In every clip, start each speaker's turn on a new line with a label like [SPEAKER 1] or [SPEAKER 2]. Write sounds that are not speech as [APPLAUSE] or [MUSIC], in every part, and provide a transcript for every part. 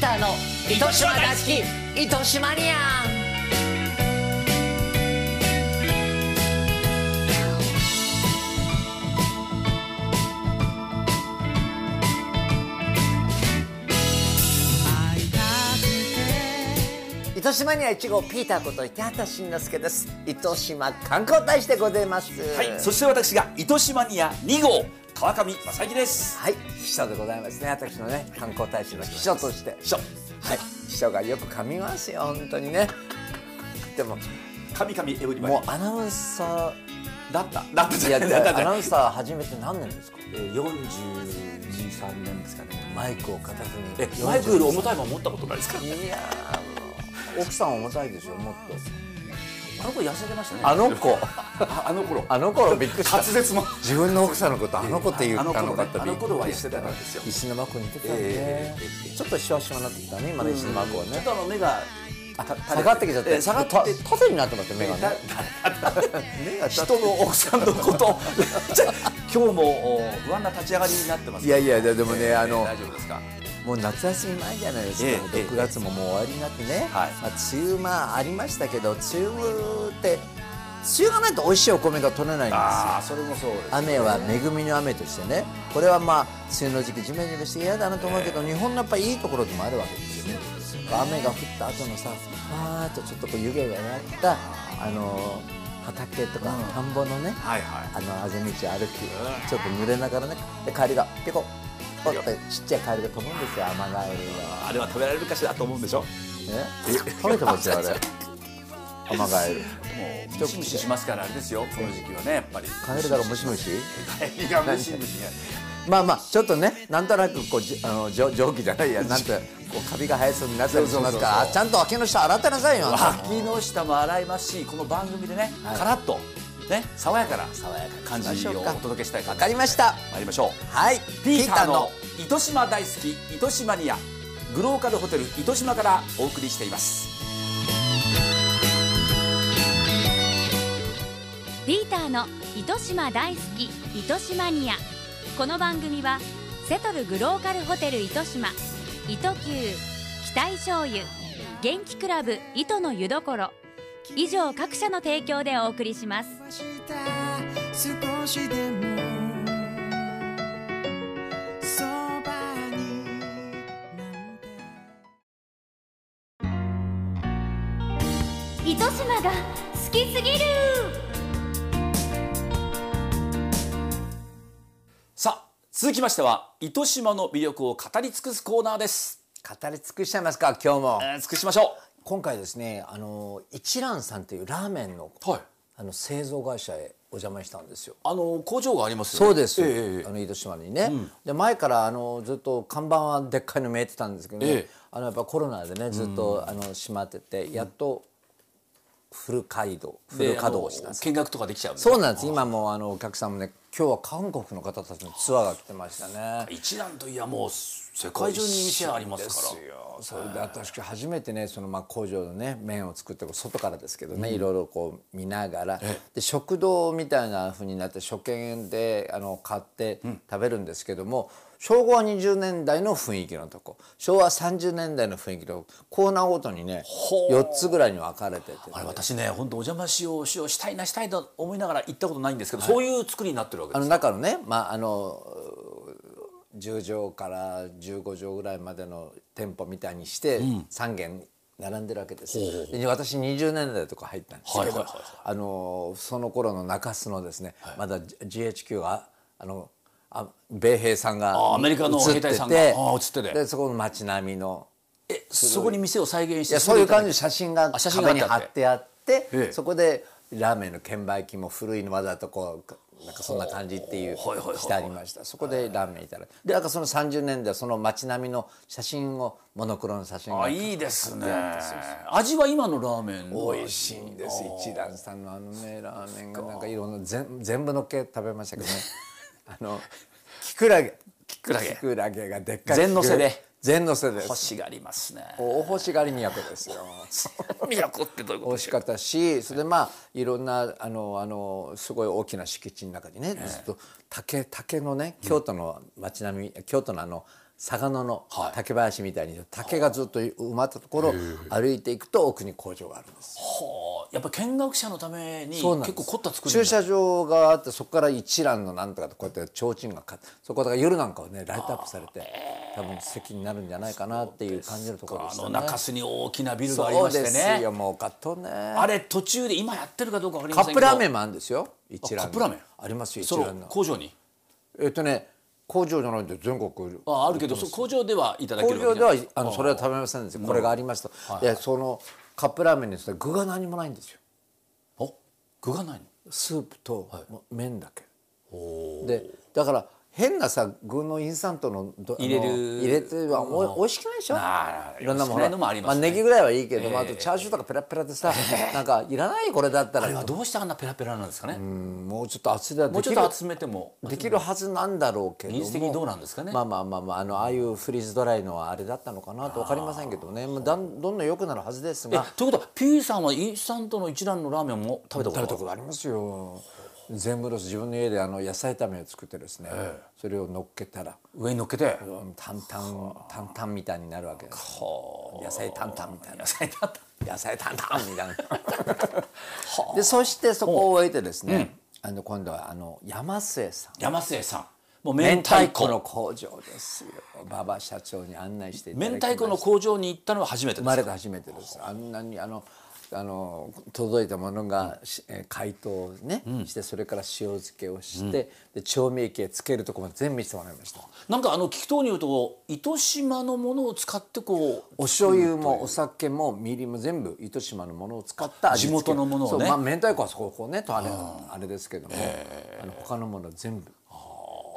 [SPEAKER 1] ターの糸島大好き糸島ニアン糸島には1号ピーターこと池畑慎之介です糸島観光大使でございます
[SPEAKER 2] はい、そして私が糸島ニア2号川上正樹です。
[SPEAKER 1] はい秘書でございますね私のね観光大使の秘書として
[SPEAKER 2] 秘書、
[SPEAKER 1] はい秘書がよく噛みますよ本当にねでも
[SPEAKER 2] 神々エブリバデ
[SPEAKER 1] もう
[SPEAKER 2] ィ。
[SPEAKER 1] アナウンサ
[SPEAKER 2] だった、だった
[SPEAKER 1] ー [LAUGHS]
[SPEAKER 2] じ
[SPEAKER 1] いや
[SPEAKER 2] ゃない、
[SPEAKER 1] で
[SPEAKER 2] だった
[SPEAKER 1] ア
[SPEAKER 2] じゃ
[SPEAKER 1] ナ
[SPEAKER 2] な
[SPEAKER 1] ウ
[SPEAKER 2] い
[SPEAKER 1] ン。サー始めて何年ですか
[SPEAKER 2] 四十二三年ですかね。
[SPEAKER 1] マイクを片手に
[SPEAKER 2] え、マイクより重たいもん持ったことないですか。
[SPEAKER 1] いやーもう奥さん重たいでしょもっと
[SPEAKER 2] あの子痩せてましたね。
[SPEAKER 1] あの子
[SPEAKER 2] ああの頃。
[SPEAKER 1] あの頃びっくりした
[SPEAKER 2] 滑舌も。
[SPEAKER 1] 自分の奥さんのことあの子って言ったのかって
[SPEAKER 2] あの頃は痩せてたんですよ。
[SPEAKER 1] 石巻子似てたよね、
[SPEAKER 2] ええええ
[SPEAKER 1] ちょっとシワシワになってきたね今の石巻子は
[SPEAKER 2] ちょっ
[SPEAKER 1] ね、
[SPEAKER 2] とあの目がた
[SPEAKER 1] 下がってきちゃって、
[SPEAKER 2] え下がって [LAUGHS] きて
[SPEAKER 1] た縦になってますよ目がね目が
[SPEAKER 2] 人の奥さんのこと。 [LAUGHS] じゃあ今日もお不安な立ち上がりになってます。
[SPEAKER 1] いやいやいやでもね
[SPEAKER 2] えー
[SPEAKER 1] あの
[SPEAKER 2] 大丈夫ですか。
[SPEAKER 1] もう夏休み前じゃないですか、
[SPEAKER 2] ええええ
[SPEAKER 1] 6月ももう終わりになってね、
[SPEAKER 2] はい
[SPEAKER 1] まあ、梅雨まあありましたけど梅雨って梅雨がないと美味しいお米が取れないんですよ
[SPEAKER 2] ああ、それもそうです。
[SPEAKER 1] 雨は恵みの雨としてねこれはまあ梅雨の時期ジメジメして嫌だなと思うけど、日本のやっぱいいところでもあるわけですよね雨が降った後のさふわーっとちょっとこう湯気がやったあの畑とか田んぼのね、
[SPEAKER 2] はいはい。
[SPEAKER 1] あのあぜ道を歩きちょっと濡れながらねで帰りがピコポッてちっちゃいカエルが飛ぶんですよアマガエル
[SPEAKER 2] あれは食べられるかしらと思うんでしょ。も
[SPEAKER 1] がね食べてますよあれアマガエル
[SPEAKER 2] うムシムシしますからあれですよ。この時期はねやっぱり。
[SPEAKER 1] カエルだからムシムシ
[SPEAKER 2] カエ [LAUGHS] ルがムシムシが。
[SPEAKER 1] まあまあちょっとねなんとなくこうじあのじょ蒸気じゃない [LAUGHS] やなんてこうカビが生えそうになったりしますから
[SPEAKER 2] そうそうそうそう
[SPEAKER 1] あちゃんと脇の下洗ってなさいよあんた
[SPEAKER 2] 脇の下も洗いますし、この番組でね、
[SPEAKER 1] はい
[SPEAKER 2] カラッとね爽やかな
[SPEAKER 1] 爽やかに
[SPEAKER 2] 感じをお届けしたい
[SPEAKER 1] わ
[SPEAKER 2] 感じ
[SPEAKER 1] かりました
[SPEAKER 2] 参りましょう。
[SPEAKER 1] はい
[SPEAKER 2] ピーターの糸島大好き糸島ニアグローカルホテル糸島からお送りしています
[SPEAKER 3] ピーターの糸島大好き糸島ニアこの番組はセトルグローカルホテル糸島糸球期待醤油元気クラブ糸の湯どころ以上各社の提供でお送りします
[SPEAKER 4] 少しでもそばになんて
[SPEAKER 3] 糸島が好きすぎる
[SPEAKER 2] さあ続きましては糸島の魅力を語り尽くすコーナーです、
[SPEAKER 1] 語り尽くしちゃいますか今日も
[SPEAKER 2] えー、尽くしましょ
[SPEAKER 1] 今回ですねあの一蘭さんというラーメンの
[SPEAKER 2] うはい
[SPEAKER 1] あの製造会社へお邪魔したんですよ
[SPEAKER 2] あの工場がありますよ
[SPEAKER 1] そ
[SPEAKER 2] ね
[SPEAKER 1] うです、
[SPEAKER 2] ええええ
[SPEAKER 1] あの糸島にね、で前からあのずっと看板はでっかいの見えてたんですけどね、
[SPEAKER 2] ええ
[SPEAKER 1] あのやっぱコロナでねずっとあの閉まっててやっとフル稼働フル
[SPEAKER 2] で
[SPEAKER 1] 稼働したん
[SPEAKER 2] あ
[SPEAKER 1] で
[SPEAKER 2] の
[SPEAKER 1] す
[SPEAKER 2] 見学とかできちゃうんです
[SPEAKER 1] そうなんです今もうあのお客さんもね今日は韓国の方たちのツアーが来てましたね
[SPEAKER 2] 一蘭といやもう世界中に店あります
[SPEAKER 1] で
[SPEAKER 2] から
[SPEAKER 1] よそれで私初めてねそのまあ工場のね麺を作って外からですけどね、いろいろこう見ながらで食堂みたいな風になって初見であの買って食べるんですけども、昭和20年代の雰囲気のとこ昭和30年代の雰囲気のコーナーごとにね
[SPEAKER 2] ほう
[SPEAKER 1] 4つぐらいに分かれてて
[SPEAKER 2] あれ私ね本当お邪魔しようしようしたいなしたいと思いながら行ったことないんですけど、そういう作りになってるわけ
[SPEAKER 1] あ
[SPEAKER 2] で
[SPEAKER 1] の
[SPEAKER 2] す
[SPEAKER 1] 中のね、まあ、あの10畳から15畳ぐらいまでの店舗みたいにして3軒並んでるわけですよ、で私20年代とか入ったんですけど、
[SPEAKER 2] はいはいはいはい
[SPEAKER 1] あのその頃の中洲のですね、まだ GHQ があのあ米兵さんが
[SPEAKER 2] あアメリカの
[SPEAKER 1] 映って
[SPEAKER 2] 兵隊さんが
[SPEAKER 1] て
[SPEAKER 2] あ映ってて
[SPEAKER 1] でそこの街並みの
[SPEAKER 2] えそこに店を再現
[SPEAKER 1] い
[SPEAKER 2] して
[SPEAKER 1] やそういう感じ
[SPEAKER 2] で
[SPEAKER 1] の写真が
[SPEAKER 2] あ写真が
[SPEAKER 1] 壁に
[SPEAKER 2] 貼
[SPEAKER 1] 貼
[SPEAKER 2] っ
[SPEAKER 1] ってあって、
[SPEAKER 2] ええ
[SPEAKER 1] そこでラーメンの券売機も古いのわざとこうなんかそんな感じっていう
[SPEAKER 2] ほうはいはいはい
[SPEAKER 1] してありましたそこでラーメンいただいてでなんかその30年代はその街並みの写真をモノクロの写真が
[SPEAKER 2] あいいですね味は今のラーメンの
[SPEAKER 1] 美味しいんです一蘭さんのあのねラーメンがなんかいろんな全全部のっけ食べましたけど [LAUGHS] ねあのきくらげき
[SPEAKER 2] くらげ
[SPEAKER 1] きくらげがでっかい
[SPEAKER 2] 全のせで
[SPEAKER 1] 全のせです
[SPEAKER 2] 星がありますね
[SPEAKER 1] お欲しがり都です [LAUGHS] よ
[SPEAKER 2] 都ってどういうこ
[SPEAKER 1] 美
[SPEAKER 2] と
[SPEAKER 1] 味しかったしそれでまあいろんなあのあのすごい大きな敷地の中にねずっと竹竹のね京都の街並み、京都のあの魚の
[SPEAKER 2] はい
[SPEAKER 1] 竹林みたいに竹がずっと埋まったところを歩いていくと奥に工場があるんです。
[SPEAKER 2] はあやっぱ見学者のために結
[SPEAKER 1] そうなんです
[SPEAKER 2] 構凝った作り
[SPEAKER 1] 駐車場があってそこから一蘭のなんとかってこうやって提灯がかそこだから夜なんかはねライトアップされて多分席になるんじゃないかなっていう感じのところで
[SPEAKER 2] あ
[SPEAKER 1] したね
[SPEAKER 2] の。中州に大きなビルがあり
[SPEAKER 1] そ
[SPEAKER 2] ま
[SPEAKER 1] う
[SPEAKER 2] して
[SPEAKER 1] です
[SPEAKER 2] ね
[SPEAKER 1] よもうかとね。
[SPEAKER 2] あれ途中で今やってるかどうかわかり
[SPEAKER 1] カ
[SPEAKER 2] ま
[SPEAKER 1] ッ
[SPEAKER 2] せん
[SPEAKER 1] プ
[SPEAKER 2] けど
[SPEAKER 1] ラーメンもあるんですよ。一蘭の
[SPEAKER 2] カップラーメン
[SPEAKER 1] ありますよ一
[SPEAKER 2] そ
[SPEAKER 1] 蘭
[SPEAKER 2] の
[SPEAKER 1] の。
[SPEAKER 2] 工場に
[SPEAKER 1] えっとね工場じゃないんで全国
[SPEAKER 2] ああるけどそう工場ではいただけ
[SPEAKER 1] 工
[SPEAKER 2] る
[SPEAKER 1] 場ではあの
[SPEAKER 2] あ
[SPEAKER 1] それは食べませんですよこれがありました、いやそのカップラーメンにしたら具が何もないんですよ
[SPEAKER 2] お具がないの
[SPEAKER 1] スープともう麺だけ、でだから変なさ具のインスタントのどあの
[SPEAKER 2] 入れる
[SPEAKER 1] 入れてはお美味しくないでしょ
[SPEAKER 2] あー
[SPEAKER 1] いろんなも
[SPEAKER 2] 少
[SPEAKER 1] ん
[SPEAKER 2] ないのもありますね
[SPEAKER 1] ネギぐらいはいいけど、まあ、あとチャーシューとかペラペラでさ、なんかいらないこれだった
[SPEAKER 2] あれ
[SPEAKER 1] ら
[SPEAKER 2] はどうしてあんなペラペラなんですかね
[SPEAKER 1] うんもうちょっと厚で
[SPEAKER 2] もうちょっと集めても
[SPEAKER 1] できるはずなんだろうけども
[SPEAKER 2] 技術的にどうなんですかね
[SPEAKER 1] まあまあまあまああのああいうフリーズドライのはあれだったのかなと分かりませんけどねまあだんどんどん良くなるはずです
[SPEAKER 2] え
[SPEAKER 1] が
[SPEAKER 2] ということは P さんはインスタントの一蘭のラーメンも食べ
[SPEAKER 1] 食
[SPEAKER 2] たことが
[SPEAKER 1] べたことありますよ全部ロス自分の家であの野菜炒めを作ってですね、それを乗っけたら
[SPEAKER 2] 上に乗っけて
[SPEAKER 1] うん担々担々みたいになるわけです野菜担々みたいな野菜担々野菜担々みたい [LAUGHS] なでそしてそこを終えてですね、あの今度はあの山末さん
[SPEAKER 2] 山末さんもう
[SPEAKER 1] 明
[SPEAKER 2] 明
[SPEAKER 1] 太
[SPEAKER 2] 太
[SPEAKER 1] 子
[SPEAKER 2] 子
[SPEAKER 1] の工場ですよ馬場社長に案内していただき
[SPEAKER 2] 明
[SPEAKER 1] ました
[SPEAKER 2] 太子の工場に行ったのは初め
[SPEAKER 1] 生
[SPEAKER 2] てで
[SPEAKER 1] ますれ
[SPEAKER 2] か
[SPEAKER 1] て初めてですあんなにあのあの届いたものが、しえー解凍をね、してそれから塩漬けをして、で調味液へつけるとこまで全部見せてもらいました
[SPEAKER 2] なんかあの聞きとうによると糸島のものを使ってこう
[SPEAKER 1] お醤油もお酒もみりんも全部糸島のものを使った味付け
[SPEAKER 2] 地元のものをね
[SPEAKER 1] そうまあ、明太子はそこをこうねとあれあれですけども、あの他のものは全部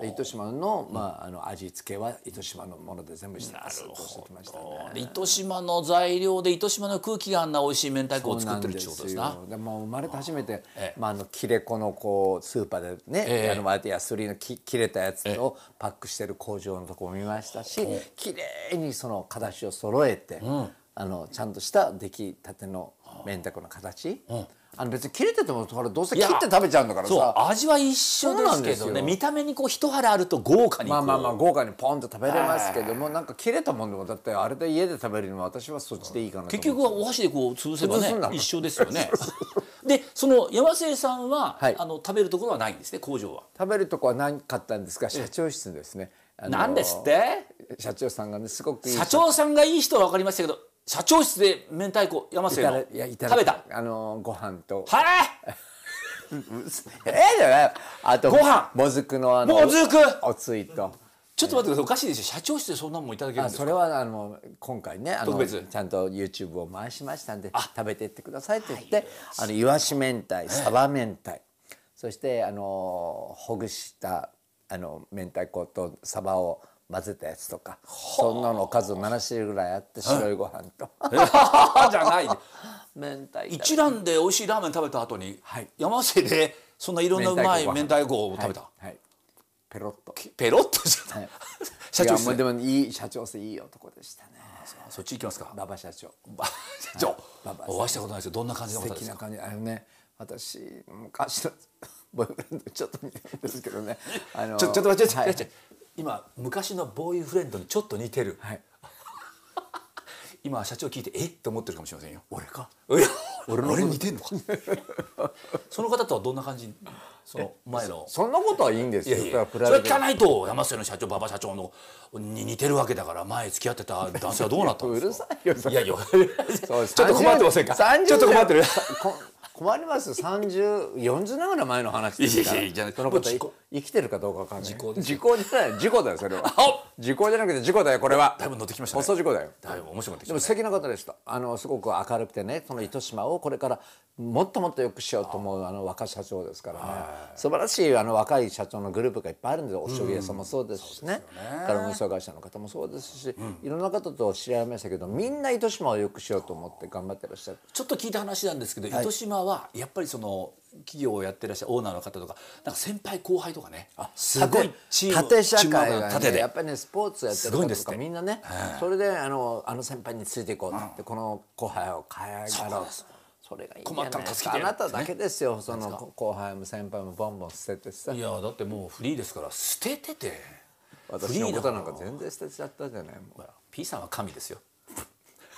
[SPEAKER 1] で糸島の,、まあ、あの味付けは糸島のもので全部してますとおっしゃってましたね
[SPEAKER 2] で糸島の材料で糸島の空気があんな美味しい明太子を作ってるってことです
[SPEAKER 1] そ
[SPEAKER 2] な
[SPEAKER 1] うなんですよでもう生まれて初めて、
[SPEAKER 2] ええ
[SPEAKER 1] まあ、あの切れ子のこうスーパーでね、
[SPEAKER 2] ええ
[SPEAKER 1] あの割れて安売りのき切れたやつをパックしてる工場のとこも見ましたし、綺麗にその形を揃えて、あのちゃんとした出来たての明太子の形、あの別に切れててもほらどうせ切って食べちゃうんだから
[SPEAKER 2] そう
[SPEAKER 1] さ
[SPEAKER 2] 味は一
[SPEAKER 1] そう
[SPEAKER 2] 緒ですけど
[SPEAKER 1] なんで
[SPEAKER 2] ね
[SPEAKER 1] すよ
[SPEAKER 2] 見た目にこう一腹あると豪華にこう
[SPEAKER 1] まあまあまあ豪華にポンと食べれますけどもなんか切れたもんでもだってあれで家で食べるのは私はそっちでいいかなと思って
[SPEAKER 2] 結局はお箸でこう潰せば
[SPEAKER 1] 潰すんだ
[SPEAKER 2] ね
[SPEAKER 1] もん
[SPEAKER 2] 一緒ですよ
[SPEAKER 1] [LAUGHS]
[SPEAKER 2] ねでその山瀬さんは、
[SPEAKER 1] はい
[SPEAKER 2] あの食べるところはないんですね工場は
[SPEAKER 1] 食べるとこはなかったんですが社長室ですね、あの
[SPEAKER 2] なんですって
[SPEAKER 1] 社長さんがねすごくいい
[SPEAKER 2] 社長さんがいい人は分かりましたけど社長室で明太子山瀬
[SPEAKER 1] いただ
[SPEAKER 2] の
[SPEAKER 1] いやいただ
[SPEAKER 2] 食べた
[SPEAKER 1] あのご飯と
[SPEAKER 2] はい
[SPEAKER 1] ええじゃないあと
[SPEAKER 2] ご飯
[SPEAKER 1] もずくのあの
[SPEAKER 2] もずく
[SPEAKER 1] おつゆと
[SPEAKER 2] ちょっと待ってくださいおかしいですよ社長室でそんなもんいただけるん
[SPEAKER 1] あ
[SPEAKER 2] です
[SPEAKER 1] そ
[SPEAKER 2] か
[SPEAKER 1] れはあの今回ねあの
[SPEAKER 2] 特別
[SPEAKER 1] ちゃんと YouTube を回しましたんで食べていってくださいって言って、あのいわし明太サバ明太、そしてあのほぐしたあの明太子とサバを混ぜたやつとかそんなのおかず7種類ぐらいあって白いご飯と
[SPEAKER 2] じゃない [LAUGHS]
[SPEAKER 1] 明太子
[SPEAKER 2] 一蘭で美味しいラーメン食べた後に、
[SPEAKER 1] はい
[SPEAKER 2] 山瀬でそんないろんなうまい明太子を食べた、
[SPEAKER 1] はい、はいペロッと
[SPEAKER 2] ペロッとじゃない、 [LAUGHS] 社長
[SPEAKER 1] いやも
[SPEAKER 2] 室
[SPEAKER 1] う
[SPEAKER 2] で
[SPEAKER 1] でもいい社長さんいい男でしたね
[SPEAKER 2] そっち行きますか
[SPEAKER 1] 馬場社長
[SPEAKER 2] ば社長、
[SPEAKER 1] ババ
[SPEAKER 2] お会いしたことないですよどんな感じの
[SPEAKER 1] 素
[SPEAKER 2] 方で
[SPEAKER 1] 敵
[SPEAKER 2] す
[SPEAKER 1] な
[SPEAKER 2] か
[SPEAKER 1] 感じあのね私昔の [LAUGHS] ボーイフレンドちょっと似てるんですけどねあの
[SPEAKER 2] ちょちょっと待って、
[SPEAKER 1] はい
[SPEAKER 2] ちょっと待って今昔のボーイフレンドにちょっと似てる、
[SPEAKER 1] はい
[SPEAKER 2] [LAUGHS] 今社長聞いてえっと思ってるかもしれませんよ
[SPEAKER 1] 俺か
[SPEAKER 2] いや俺に似てんのか [LAUGHS] その方とはどんな感じその前の
[SPEAKER 1] そんなことはいいんです
[SPEAKER 2] いや
[SPEAKER 1] よ
[SPEAKER 2] い
[SPEAKER 1] だ
[SPEAKER 2] や
[SPEAKER 1] か
[SPEAKER 2] そ
[SPEAKER 1] ら
[SPEAKER 2] れ
[SPEAKER 1] プライベ
[SPEAKER 2] 聞か
[SPEAKER 1] ー
[SPEAKER 2] ないと山瀬の社長馬場社長のに似てるわけだから前付き合ってた男性はどうなったんですか
[SPEAKER 1] [LAUGHS] うるさいよ
[SPEAKER 2] いやいや
[SPEAKER 1] トそう
[SPEAKER 2] ちょっと困ってませんか
[SPEAKER 1] 30
[SPEAKER 2] ちょっと困ってる
[SPEAKER 1] こ困りますよ3040年ぐらい前の話ですから
[SPEAKER 2] いやいやいやじゃない
[SPEAKER 1] そのこと
[SPEAKER 2] も
[SPEAKER 1] い
[SPEAKER 2] う事故
[SPEAKER 1] 生きてるかどうかわかんない
[SPEAKER 2] 事故です
[SPEAKER 1] 時効じゃない事故だよそれは
[SPEAKER 2] お
[SPEAKER 1] 時効じゃなくて事故だよこれは
[SPEAKER 2] だいぶ乗ってきましたね
[SPEAKER 1] 放送事故だよ
[SPEAKER 2] だいぶ面白くなって
[SPEAKER 1] で
[SPEAKER 2] きた
[SPEAKER 1] も素敵な方でした。あのすごく明るくてね、その糸島をこれからもっともっと良くしようと思うあの若社長ですからね。素晴らしいあの若い社長のグループがいっぱいあるんですよ。お醤油屋さんもそうですしね。から運送会社の方もそうですし、いろんな方と知り合いましたけど、みんな糸島を良くしようと思って頑張ってらっしゃる。
[SPEAKER 2] ちょっと聞いた話なんですけど、糸島はやっぱりその企業をやってらっしゃるオーナーの方とかなんか先輩後輩とかねすごいチーム
[SPEAKER 1] 縦社会が、ね、
[SPEAKER 2] 縦で
[SPEAKER 1] やっぱりねスポーツやってる
[SPEAKER 2] すごいん
[SPEAKER 1] 方
[SPEAKER 2] です
[SPEAKER 1] と
[SPEAKER 2] って
[SPEAKER 1] かみんなねそれであのあの先輩についていこうって言って、この後輩を変え上がろうそれがいいんじゃない
[SPEAKER 2] 困ったら
[SPEAKER 1] です
[SPEAKER 2] 助
[SPEAKER 1] か
[SPEAKER 2] けて
[SPEAKER 1] あ
[SPEAKER 2] や
[SPEAKER 1] な
[SPEAKER 2] るってね
[SPEAKER 1] ただけですよその後輩も先輩もボンボン捨ててさ
[SPEAKER 2] いやだってもうフリーですから捨ててて
[SPEAKER 1] 私のことなんか全然捨てちゃったじゃないもう
[SPEAKER 2] ほら P さんは神ですよ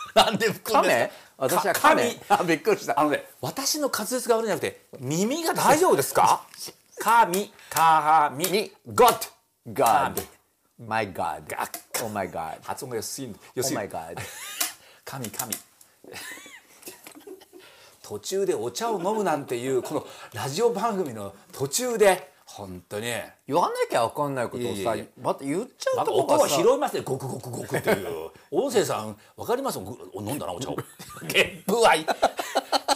[SPEAKER 2] [LAUGHS] なんで含んで
[SPEAKER 1] 亀
[SPEAKER 2] んですか
[SPEAKER 1] 私は
[SPEAKER 2] か
[SPEAKER 1] 亀あびっくりした
[SPEAKER 2] あのね私の滑舌が悪いんじゃなくて耳が大丈夫ですか [LAUGHS] 神神
[SPEAKER 1] み
[SPEAKER 2] God
[SPEAKER 1] God My God
[SPEAKER 2] が
[SPEAKER 1] Oh my God
[SPEAKER 2] 発音が良すぎる良す
[SPEAKER 1] Oh
[SPEAKER 2] ぎ
[SPEAKER 1] my
[SPEAKER 2] る
[SPEAKER 1] God
[SPEAKER 2] 神神 [LAUGHS] 途中でお茶を飲むなんていうこのラジオ番組の途中で本当に
[SPEAKER 1] 言わなきゃわかんないことを
[SPEAKER 2] い
[SPEAKER 1] さ
[SPEAKER 2] やいやいや
[SPEAKER 1] また言っちゃ
[SPEAKER 2] ま
[SPEAKER 1] う
[SPEAKER 2] た
[SPEAKER 1] と
[SPEAKER 2] 音
[SPEAKER 1] こ
[SPEAKER 2] は
[SPEAKER 1] がさ
[SPEAKER 2] 拾いますねゴクゴクゴクっていう音声さんわかりますぐお飲んだなお茶をゲップ愛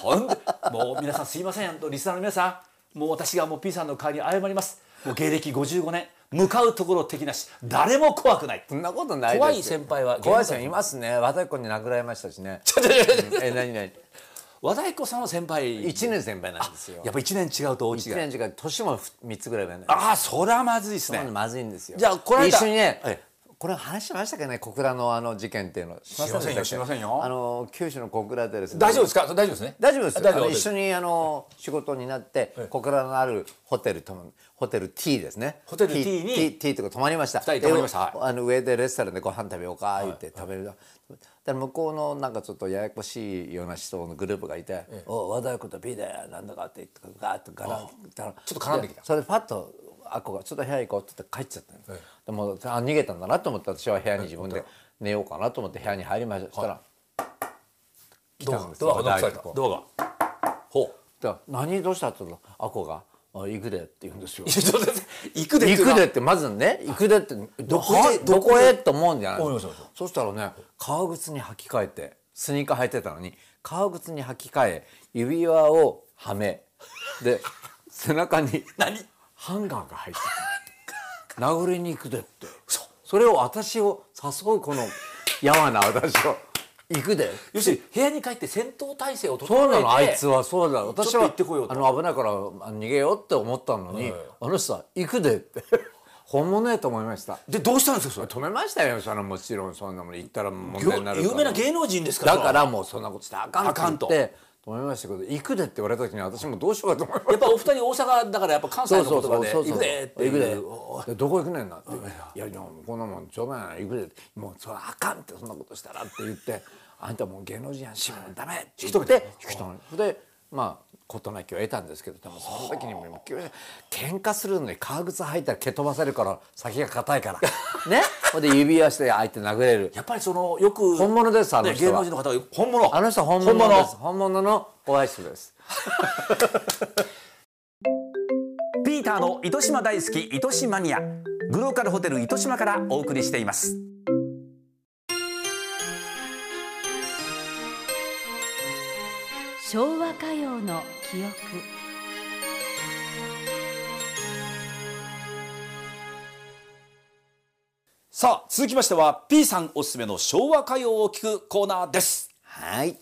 [SPEAKER 2] ほんでもう皆さんすいませんリスナーの皆さんもう私がもう P さんの代わりに謝りますもう芸歴55年向かうところ敵なし誰も怖くない
[SPEAKER 1] そんなことないですよ
[SPEAKER 2] 怖い先輩は
[SPEAKER 1] 怖い先輩いますね和太鼓に殴られましたしねえ何何
[SPEAKER 2] 和太鼓さんの先輩
[SPEAKER 1] 一年先輩なんですよ
[SPEAKER 2] やっぱ1年違うと大違い
[SPEAKER 1] 一年違う年も三つぐらい上なんです
[SPEAKER 2] ああそれはまずいです
[SPEAKER 1] そうな
[SPEAKER 2] ね
[SPEAKER 1] のまずいんですよ
[SPEAKER 2] じゃあこの間
[SPEAKER 1] 一緒にね、
[SPEAKER 2] え
[SPEAKER 1] これ話しましたっけね小倉のあの事件っていうのし
[SPEAKER 2] ませんでしたっけ
[SPEAKER 1] あの九州の小倉でですね
[SPEAKER 2] 大丈夫ですか大丈夫ですね
[SPEAKER 1] 大丈夫です
[SPEAKER 2] 大丈
[SPEAKER 1] あ
[SPEAKER 2] 夫
[SPEAKER 1] の一緒にあの仕事になって小倉のあるホテルともホテル T ですね
[SPEAKER 2] ホテル T に
[SPEAKER 1] T, T とか泊まりました
[SPEAKER 2] 二人泊まりまし
[SPEAKER 1] で
[SPEAKER 2] た
[SPEAKER 1] あの上でレストランでご飯食べようか言って食べる、で向こうのなんかちょっとややこしいような人のグループがいて「お和太鼓と P だよなんだか」って言ってガーッとガラッたら
[SPEAKER 2] ちょっと絡んできた
[SPEAKER 1] でそれでパッとあっこが「ちょっと部屋行こう」って言って帰っちゃったの、でもあ逃げたんだなと思って私は部屋に自分で寝ようかなと思って部屋に入りました、そしたら来たんですよ和太鼓
[SPEAKER 2] ドアドアがノックされたドアがほう
[SPEAKER 1] だから何どうしたって言ったらアコが「あ行くで」って言うんですよ
[SPEAKER 2] い。や [LAUGHS] ちょっと待って行くでってい
[SPEAKER 1] 行
[SPEAKER 2] うのは
[SPEAKER 1] くでってまずね行くでってどこ
[SPEAKER 2] は
[SPEAKER 1] へどこへと思うんじゃない
[SPEAKER 2] 思いま
[SPEAKER 1] ですす
[SPEAKER 2] 思い
[SPEAKER 1] か
[SPEAKER 2] ま
[SPEAKER 1] そしたらね革靴に履き替えてスニーカー履いてたのに革靴に履き替え指輪をはめで背中に
[SPEAKER 2] 何
[SPEAKER 1] ハンガーが入ってた殴りに行くでって
[SPEAKER 2] 嘘
[SPEAKER 1] それを私を誘うこのやわな私を行くで
[SPEAKER 2] 要するに部屋に帰って戦闘態勢を整えて
[SPEAKER 1] そうなのあいつはそうだ私は
[SPEAKER 2] ちょっと行ってこようと
[SPEAKER 1] あの危ないからあ逃げようって思ったのに、あの人は行くでって [LAUGHS] 本物やと思いました
[SPEAKER 2] でどうしたんですかそれ
[SPEAKER 1] 止めましたよそのもちろんそんなもの行ったら問題になるから
[SPEAKER 2] 有名な芸能人ですから
[SPEAKER 1] だからもうそんなことしたらあかん
[SPEAKER 2] あかんと
[SPEAKER 1] と言って止めましたけど行くでって言われた時に私もどうしようかと思いま
[SPEAKER 2] や
[SPEAKER 1] し
[SPEAKER 2] ったぱお二人大阪だからやっぱ関西の言葉で
[SPEAKER 1] そう
[SPEAKER 2] 行
[SPEAKER 1] そうそう
[SPEAKER 2] くでって
[SPEAKER 1] 行く
[SPEAKER 2] いう
[SPEAKER 1] でどこ行くねんなっていやいやこんなもんちょうだいな行くでもうそれあかんってそんなことしたらって言
[SPEAKER 2] [LAUGHS]
[SPEAKER 1] ってあんたもう芸能人やしもうダメって言って引き止めたでまあ事なきを得たんですけどでもその時にも急に喧嘩するのに革靴履いたら蹴飛ばされるから先が硬い
[SPEAKER 2] [LAUGHS]
[SPEAKER 1] からねほんで指輪して相手殴れる
[SPEAKER 2] やっぱりそのよく
[SPEAKER 1] 本物ですあの
[SPEAKER 2] ね
[SPEAKER 1] 人は
[SPEAKER 2] 芸能人の方が本物
[SPEAKER 1] あの人は本物です本物のお会いしてです
[SPEAKER 2] ピーターの糸島大好き糸島マニアグローカルホテル糸島からお送りしています
[SPEAKER 3] 昭和歌謡の記憶
[SPEAKER 2] さあ続きましては P さんおすすめの昭和歌謡を聞くコーナーです
[SPEAKER 1] はい、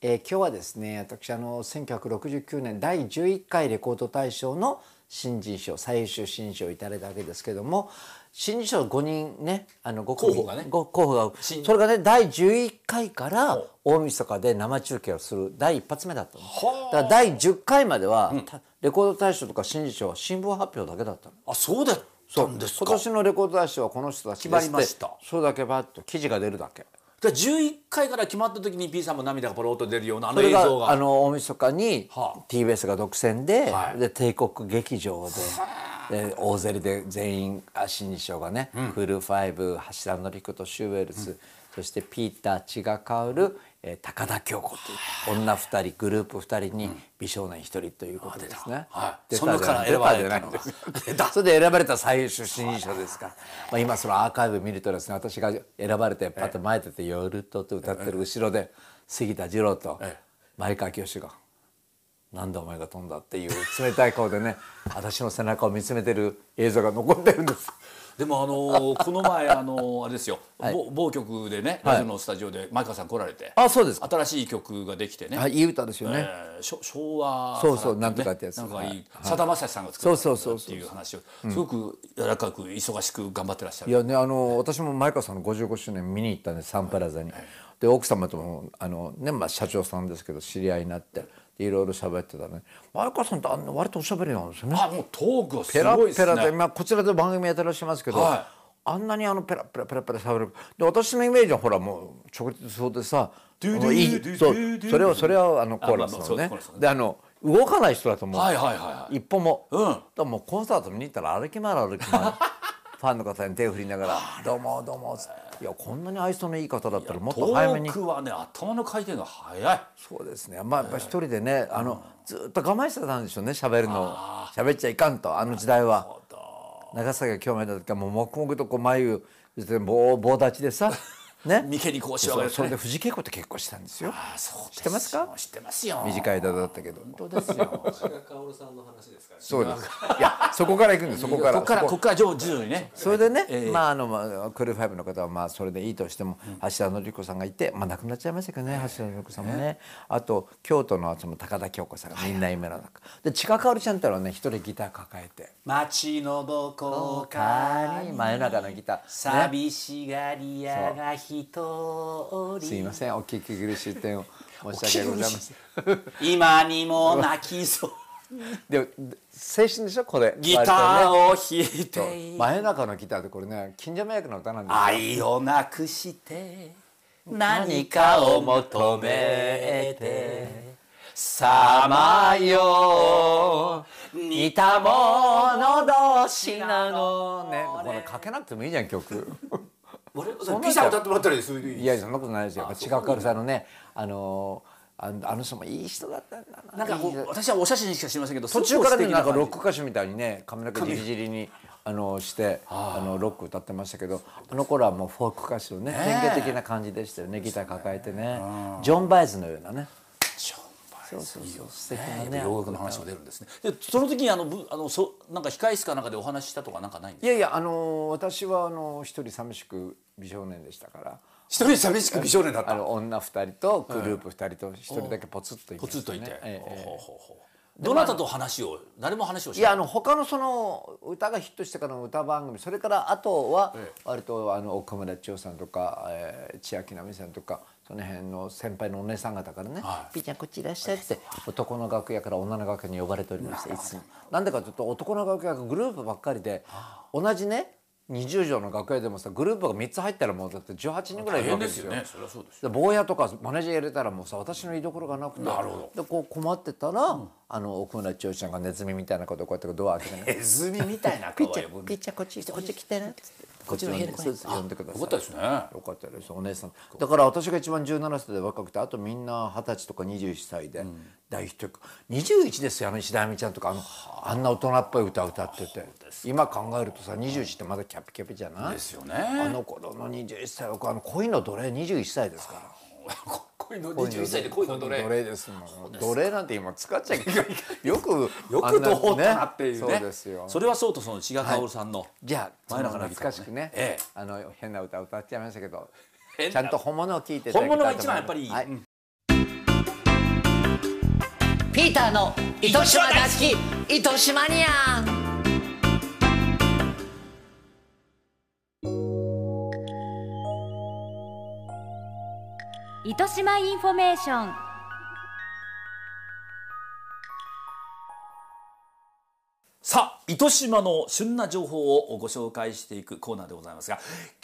[SPEAKER 1] えー今日はですね私あの1969年第11回レコード大賞の新人賞最優秀新人賞をいただいたわけですけども新人賞5人ねあの5
[SPEAKER 2] 候補がね
[SPEAKER 1] 候補が
[SPEAKER 2] 新
[SPEAKER 1] それがね第11回から大晦日で生中継をする第一発目だったのだから第10回までは、たレコード大賞とか新人賞は新聞発表だけだったの。
[SPEAKER 2] あそうだったんですか
[SPEAKER 1] 今年のレコード大賞はこの人たちですって
[SPEAKER 2] 決まりました
[SPEAKER 1] それだけバッと記事が出るだけ。
[SPEAKER 2] だから11回から決まった時に P さんも涙がポロッと出るようなあ
[SPEAKER 1] そ
[SPEAKER 2] の
[SPEAKER 1] れ
[SPEAKER 2] 映
[SPEAKER 1] が
[SPEAKER 2] 像が
[SPEAKER 1] あの大晦日に
[SPEAKER 2] はあ
[SPEAKER 1] TBS が独占で,、
[SPEAKER 2] はい
[SPEAKER 1] で帝国劇場で,、で大競りで全員あ新人賞がね、クールファイブ柱典子とシュウェルス、そしてピーター血が香る、えー高田京子という女2人グループ2人に美少年1人ということですね。
[SPEAKER 2] はい
[SPEAKER 1] 出
[SPEAKER 2] そ
[SPEAKER 1] た
[SPEAKER 2] の
[SPEAKER 1] じ
[SPEAKER 2] 中
[SPEAKER 1] ゃ
[SPEAKER 2] から
[SPEAKER 1] ない
[SPEAKER 2] 選ばれ
[SPEAKER 1] 出たじゃな
[SPEAKER 2] た
[SPEAKER 1] い
[SPEAKER 2] の
[SPEAKER 1] ん
[SPEAKER 2] が
[SPEAKER 1] です
[SPEAKER 2] 出
[SPEAKER 1] [LAUGHS]
[SPEAKER 2] た
[SPEAKER 1] それで選ばれた最優秀新人賞です [LAUGHS] から、まあ、今そのアーカイブ見るとですね私が選ばれてパッと前出て「夜と」って歌ってる後ろで杉田二郎と
[SPEAKER 2] ええ
[SPEAKER 1] 前川清が「なんでお前が飛んだ」っていう冷たい顔でね私の背中を見つめてる映像が残ってるんです。
[SPEAKER 2] でもあのーこの前あのーあれですよ、某某局でねラジオのスタジオで前川さん来られて、
[SPEAKER 1] [LAUGHS] あそうですか
[SPEAKER 2] 新しい曲ができてね、
[SPEAKER 1] あいい歌ですよね。
[SPEAKER 2] えーしょ昭和
[SPEAKER 1] そうそう
[SPEAKER 2] からね
[SPEAKER 1] なんとかってやつ
[SPEAKER 2] なんかい
[SPEAKER 1] はいい
[SPEAKER 2] さだまさしさんが作った
[SPEAKER 1] そうそうそう
[SPEAKER 2] っていう話をすごく柔らかく忙しく頑張ってらっしゃ
[SPEAKER 1] い
[SPEAKER 2] る
[SPEAKER 1] やねあの私も前川さんの55周年見に行ったんでサンプラザに。で奥様ともあの、ねまあ、社長さんですけど知り合いになってでいろいろ喋ってたね前川さんってあんな割とおしゃべりなんですよね。
[SPEAKER 2] あもうトークは
[SPEAKER 1] ペ
[SPEAKER 2] す
[SPEAKER 1] ラ
[SPEAKER 2] ごいで
[SPEAKER 1] ペ
[SPEAKER 2] す
[SPEAKER 1] ラで、
[SPEAKER 2] ね
[SPEAKER 1] まあ、こちらで番組やってらっしゃいますけど、
[SPEAKER 2] は
[SPEAKER 1] あんなにあのペラペラペラペラ喋るで私のイメージはほらもう直接そうでさ
[SPEAKER 2] ドゥ
[SPEAKER 1] も
[SPEAKER 2] ドゥ
[SPEAKER 1] うい
[SPEAKER 2] ドゥ
[SPEAKER 1] い
[SPEAKER 2] ド
[SPEAKER 1] そ
[SPEAKER 2] ゥドゥ
[SPEAKER 1] うそれをそれはあの
[SPEAKER 2] あ
[SPEAKER 1] コーラス
[SPEAKER 2] まあまあ
[SPEAKER 1] の
[SPEAKER 2] そうで
[SPEAKER 1] ね
[SPEAKER 2] すコーラスのね
[SPEAKER 1] であの動かない人だと思う、
[SPEAKER 2] はいはいはいはい
[SPEAKER 1] 一歩も、
[SPEAKER 2] うん
[SPEAKER 1] だからもうコンサート見に行ったら歩き回る歩き回る [LAUGHS] ファンの方に手を振りなが [LAUGHS] ら「どうもどうも」いやこんなに愛想のいい方だったらもっと早めに
[SPEAKER 2] 遠くはね頭の回転が速い
[SPEAKER 1] そうですねまあやっぱ一人でねあのずっと我慢してたんでしょうね喋るの喋っちゃいかんとあの時代は長崎が京明だった時はもう黙々とこう眉で棒棒立ちで [LAUGHS] さね
[SPEAKER 2] 眉間にこうしわ
[SPEAKER 1] そう
[SPEAKER 2] が寄ってね
[SPEAKER 1] それで藤恵子と結婚したんですよ
[SPEAKER 2] あそう知って
[SPEAKER 1] ますか
[SPEAKER 2] 知ってますよ
[SPEAKER 1] 短い間だったけど
[SPEAKER 2] 本当ですよ
[SPEAKER 1] そうですいやそこから行くんですそこから
[SPEAKER 2] ここから
[SPEAKER 1] そ
[SPEAKER 2] こ
[SPEAKER 1] こ
[SPEAKER 2] こから徐々にね
[SPEAKER 1] それでね、
[SPEAKER 2] ええ
[SPEAKER 1] まああのまあクールファイブの方はまあそれでいいとしても、橋田紀子さんがいて、まあ亡くなっちゃいましたけどね、橋田紀子さんもね。あと京都のその高田京子さんがみんな夢の中。で近香織ちゃんってのはね一人ギター抱えて。
[SPEAKER 2] 街のどこか
[SPEAKER 1] 真
[SPEAKER 2] に
[SPEAKER 1] 夜中のギター。ね
[SPEAKER 2] 寂しがり屋が一人
[SPEAKER 1] すいませんお聞き苦しい点を申し訳ございません。
[SPEAKER 2] 今にも泣きそう
[SPEAKER 1] でも青春でしょこれ。
[SPEAKER 2] ギター
[SPEAKER 1] 割
[SPEAKER 2] を弾い
[SPEAKER 1] と
[SPEAKER 2] て
[SPEAKER 1] ね。真夜中のギターってこれね近所迷惑の歌なんですよ。
[SPEAKER 2] 愛をなくして何かを求めてさまよう似たもの同士なの
[SPEAKER 1] ねこれかけなくてもいいじゃん曲。
[SPEAKER 2] 俺
[SPEAKER 1] そんな
[SPEAKER 2] ピザ歌ってもらったらいいです
[SPEAKER 1] いやそんなことないですよ。やっぱ近くさんのね、あのーあのあの人もいい人だったんだな。
[SPEAKER 2] なんかこ
[SPEAKER 1] いい人
[SPEAKER 2] う私はお写真しか知りませんけど
[SPEAKER 1] 途中からねなんかロッ
[SPEAKER 2] ク
[SPEAKER 1] ク歌手みたいにね髪の毛じりじりにあのしてあのロック歌ってましたけど、あの頃はもうフォーク歌手のね典型的な感じでしたよね。ギター抱えてね、ジョンバイズのようなね。そうそうそう素敵なね。
[SPEAKER 2] 洋楽の話も出るんですねでその時にあのぶあのそなんか控室かなんかでお話ししたとかなんかないんです
[SPEAKER 1] いやいやあのー私はあのー一人寂しく美少年でしたから。
[SPEAKER 2] 一人寂しく美少年だっ
[SPEAKER 1] あの女二人とグループ二人と一人だけポツッといま
[SPEAKER 2] ポ
[SPEAKER 1] した
[SPEAKER 2] ツ
[SPEAKER 1] ね
[SPEAKER 2] ッといて、
[SPEAKER 1] ええ
[SPEAKER 2] ほうほうほうどなたと話を誰も話をし
[SPEAKER 1] い
[SPEAKER 2] な
[SPEAKER 1] や
[SPEAKER 2] い
[SPEAKER 1] あの他のその歌がヒットしてからの歌番組それからあとは割とあの奥村千代さんとか、えー、千秋奈美さんとかその辺の先輩のお姉さん方からね
[SPEAKER 2] は
[SPEAKER 1] 「ピーちゃんこっちいらっしゃい」って男の楽屋から女の楽屋に呼ばれておりましていつも。なんでかというと男の楽屋がグループばっかりで同じね20畳の楽屋でもさグループが3つ入ったらもうだって18人ぐらいい
[SPEAKER 2] 大
[SPEAKER 1] るわ
[SPEAKER 2] 変
[SPEAKER 1] け
[SPEAKER 2] で
[SPEAKER 1] です
[SPEAKER 2] す
[SPEAKER 1] よ
[SPEAKER 2] よ。ねそれはそうですよ
[SPEAKER 1] で坊やとかマネージャー入れたらもうさ私の居所がなくて
[SPEAKER 2] なるほ
[SPEAKER 1] でこう困ってたら、あの奥村千代ちゃんがネズミみたいなことこうやってドア開けてね
[SPEAKER 2] ネズミみたいな
[SPEAKER 1] ピッ
[SPEAKER 2] 顔 [LAUGHS]
[SPEAKER 1] チャ
[SPEAKER 2] を
[SPEAKER 1] ー、ピッチャーこっち、こっち来てるっつって。こっ
[SPEAKER 2] ちの部屋に来い
[SPEAKER 1] そうです呼んでください。
[SPEAKER 2] よかったですね
[SPEAKER 1] よかったです。お姉さん。だから私が一番17歳で若くて、あとみんな二十歳とか21歳で大ヒット曲。21ですよ、あの石田亜美ちゃんとか、あの、あんな大人っぽい歌歌ってて。今考えるとさ、21ってまだキャピキャピじゃない
[SPEAKER 2] ですよね
[SPEAKER 1] あの頃の21歳は、あの恋の奴隷21歳ですから。
[SPEAKER 2] 恋の21歳で恋の奴隷
[SPEAKER 1] ですもん。奴隷なんて今使っちゃいけない。よく
[SPEAKER 2] [LAUGHS] よ
[SPEAKER 1] あ
[SPEAKER 2] く
[SPEAKER 1] ん
[SPEAKER 2] と思ったなっていうね
[SPEAKER 1] そうですよ。
[SPEAKER 2] それはそうとその千賀薫さんの、
[SPEAKER 1] じゃあ
[SPEAKER 2] 前
[SPEAKER 1] 前の
[SPEAKER 2] 中の
[SPEAKER 1] 懐
[SPEAKER 2] ギ
[SPEAKER 1] かし
[SPEAKER 2] ターね
[SPEAKER 1] くね、
[SPEAKER 2] ええ
[SPEAKER 1] あの変な歌歌っちゃいましたけど
[SPEAKER 2] 変な
[SPEAKER 1] ちゃんと本物を聞いていただきたいと思います
[SPEAKER 2] 本物が一番やっぱり
[SPEAKER 1] はい
[SPEAKER 2] うん
[SPEAKER 5] ピーターの糸島大好き糸島ニアン
[SPEAKER 3] 糸島インフォメーション
[SPEAKER 2] さあ糸島の旬な情報をご紹介していくコーナーでございますが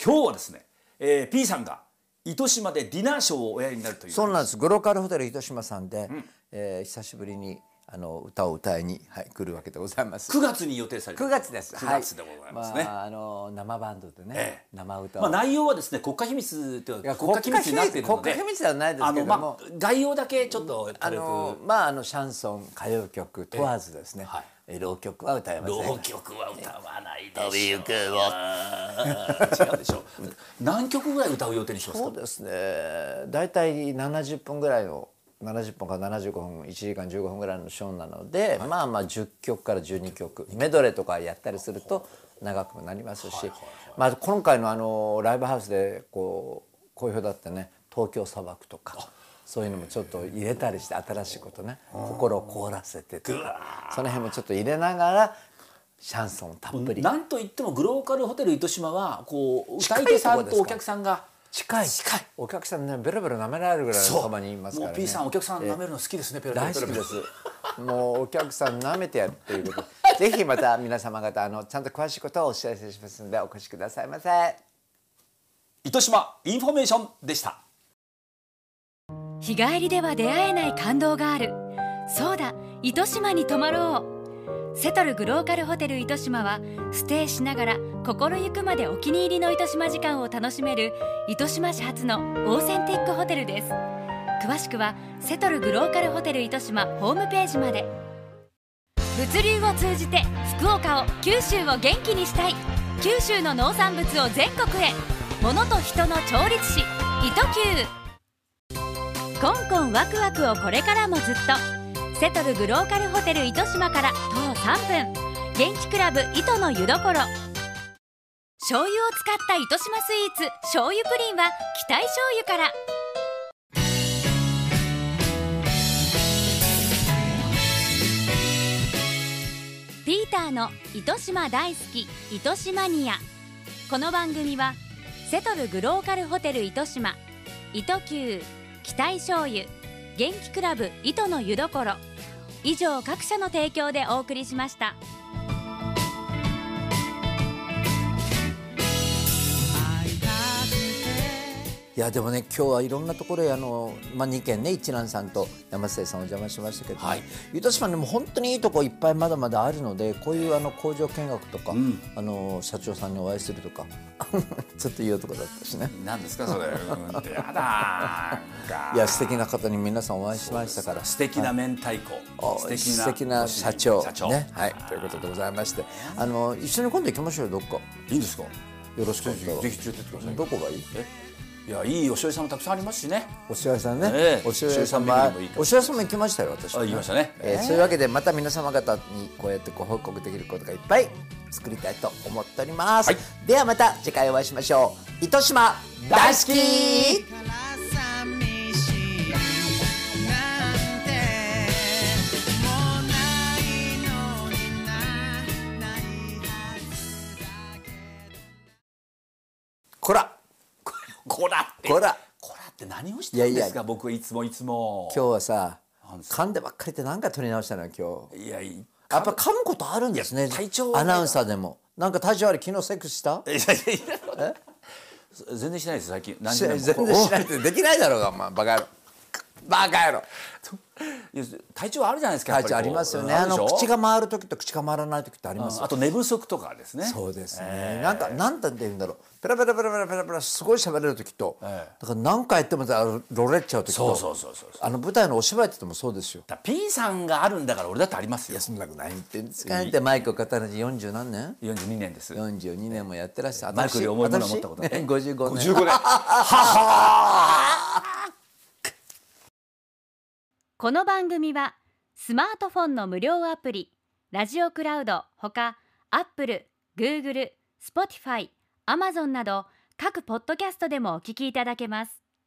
[SPEAKER 2] 今日はですね、えー、P さんが糸島でディナーショーをおやりになるという
[SPEAKER 1] そうなんですグローカルホテル糸島さんで、えー久しぶりにあの歌を歌いに、はい、来るわけでございます
[SPEAKER 2] 9月に予定されてい
[SPEAKER 1] 9
[SPEAKER 2] る
[SPEAKER 1] 月です
[SPEAKER 2] 9月でございますね、
[SPEAKER 1] はまあ、あの生バンドでね、
[SPEAKER 2] ええ
[SPEAKER 1] 生歌を、
[SPEAKER 2] まあ、内容はですね国家秘密という
[SPEAKER 1] い
[SPEAKER 2] か
[SPEAKER 1] や
[SPEAKER 2] 国家機密になっているので
[SPEAKER 1] 国家秘密ではないですけども
[SPEAKER 2] あの、まあ、概要だけちょっと
[SPEAKER 1] あ
[SPEAKER 2] 軽く
[SPEAKER 1] のまああのシャンソン歌謡曲問わずですね、
[SPEAKER 2] はい
[SPEAKER 1] えー浪曲は歌えません
[SPEAKER 2] 浪曲は歌わないでしょう違うでしょう何曲ぐらい歌う予定にします
[SPEAKER 1] そ
[SPEAKER 2] か
[SPEAKER 1] うですね大体70分ぐらいの70分から75分1時間15分ぐらいのショーなので、まあまあ10曲から12曲メドレーとかやったりすると長くもなりますし、まあ、今回のあのライブハウスでこう好評だったね「東京砂漠」とか。そういうのもちょっと入れたりして新しいことね心を凍らせてとかその辺もちょっと入れながらシャンソンをたっぷり
[SPEAKER 2] なんといってもグローカルホテル糸島はこう歌い手さんとお客さんが
[SPEAKER 1] 近い近いお客さんねベロベロ舐められるぐらいのそばにいますから
[SPEAKER 2] も
[SPEAKER 1] ね
[SPEAKER 2] う P さんお客さん舐めるの好きですねペラペラ
[SPEAKER 1] 大好
[SPEAKER 2] ペラ
[SPEAKER 1] き
[SPEAKER 2] ペラ
[SPEAKER 1] です。もうお客さん舐めてやるっていうこと。 [LAUGHS] ぜひまた皆様方あのちゃんと詳しいことをお知らせしますのでお越しくださいませ。
[SPEAKER 2] 糸島インフォメーションでした
[SPEAKER 3] 日帰りでは出会えない感動があるそうだ糸島に泊まろうセトルグローカルホテル糸島はステイしながら心ゆくまでお気に入りの糸島時間を楽しめる糸島市発のオーセンティックホテルです詳しくはセトルグローカルホテル糸島ホームページまで物流を通じて福岡を九州を元気にしたい九州の農産物を全国へ物と人の調律師糸球コンコンワクワクをこれからもずっとセトルグローカルホテル糸島から徒歩3分元気クラブ糸の湯どころ醤油を使った糸島スイーツ醤油プリンは期待醤油からピーターの糸島大好き糸島ニアこの番組はセトルグローカルホテル糸島糸球期待醤油元気クラブ糸の湯どころ以上各社の提供でお送りしました。
[SPEAKER 1] いやでもね今日はいろんなところへあの、まあ、2軒ね一蘭さんと山瀬さんお邪魔しましたけど、
[SPEAKER 2] はい
[SPEAKER 1] 糸島ねもう本当にいいとこいっぱいまだまだあるのでこういうあの工場見学とか、
[SPEAKER 2] ん
[SPEAKER 1] あの社長さんにお会いするとか [LAUGHS] ちょっといい男だったしね
[SPEAKER 2] 何ですかそれうんってやだー
[SPEAKER 1] いや素敵な方に皆さんお会いしましたから
[SPEAKER 2] 素敵な明太子、
[SPEAKER 1] 素敵な社長
[SPEAKER 2] 社長、
[SPEAKER 1] ねはい、ということでございましてあの一緒に今度行きましょうよどっかよ
[SPEAKER 2] いいんですか
[SPEAKER 1] ろしく
[SPEAKER 2] ぜ
[SPEAKER 1] お願いします
[SPEAKER 2] ひぜひ連れてってください
[SPEAKER 1] どこがいい
[SPEAKER 2] いやいいお醤油さんもたくさんありますしね
[SPEAKER 1] お塩屋さんね、
[SPEAKER 2] ええ
[SPEAKER 1] お塩屋さんは
[SPEAKER 2] お塩屋さん巡りもいいかもし
[SPEAKER 1] お塩
[SPEAKER 2] れない
[SPEAKER 1] 屋さんも行きましたよ私は
[SPEAKER 2] あ行きましたね
[SPEAKER 1] ええそういうわけでまた皆様方にこうやってご報告できることがいっぱい作りたいと思っております、ではまた次回お会いしましょう糸島大好き
[SPEAKER 4] から寂しいなんてもうないのになないはずだけど
[SPEAKER 1] こら
[SPEAKER 2] ここらって
[SPEAKER 1] こら
[SPEAKER 2] こらって何をしてるんで
[SPEAKER 1] い
[SPEAKER 2] すか
[SPEAKER 1] やいや
[SPEAKER 2] 僕いつもいつも
[SPEAKER 1] 今日はさ
[SPEAKER 2] なんですか
[SPEAKER 1] 噛んでばっかりって何回取り直したのよ今日
[SPEAKER 2] いやいい
[SPEAKER 1] やっぱ噛むことあるんです
[SPEAKER 2] い
[SPEAKER 1] ね
[SPEAKER 2] や体調は
[SPEAKER 1] ア
[SPEAKER 2] ね
[SPEAKER 1] ナウンサーでもなんか体調悪い昨日セックスした
[SPEAKER 2] いやいやいや全然しないです最近何
[SPEAKER 1] し
[SPEAKER 2] 十
[SPEAKER 1] 全
[SPEAKER 2] 年も
[SPEAKER 1] 然しないってできないだろうがお前バカ野郎バカ野郎
[SPEAKER 2] いや体調あるじゃないですかやっ
[SPEAKER 1] 体調
[SPEAKER 2] ぱりこう
[SPEAKER 1] ありますよね
[SPEAKER 2] うん
[SPEAKER 1] あ
[SPEAKER 2] るでしょ
[SPEAKER 1] の口が回る時と口が回らない時ってありますよね
[SPEAKER 2] あと寝不足とかですね
[SPEAKER 1] そうですね、なんかなんだって言うんだろうペラペラペラペラペラペラすごい喋れる時と、
[SPEAKER 2] ええ
[SPEAKER 1] だから何回やってもさロレっちゃう時と
[SPEAKER 2] そうそうそうそう
[SPEAKER 1] あの舞台のお芝居って言ってもそうですよ
[SPEAKER 2] だ P さんがあるんだから俺だってありますよ
[SPEAKER 1] そんなことないって使えてマイクを片手に40何年
[SPEAKER 2] 42年です
[SPEAKER 1] 42年もやってらっしゃる
[SPEAKER 2] マイクより重いものは持ったことない
[SPEAKER 1] 私55年
[SPEAKER 2] [LAUGHS] 15年
[SPEAKER 3] この番組はスマートフォンの無料アプリラジオクラウドほかアップル、グーグル、スポティファイ、アマゾンなど各ポッドキャストでもお聞きいただけます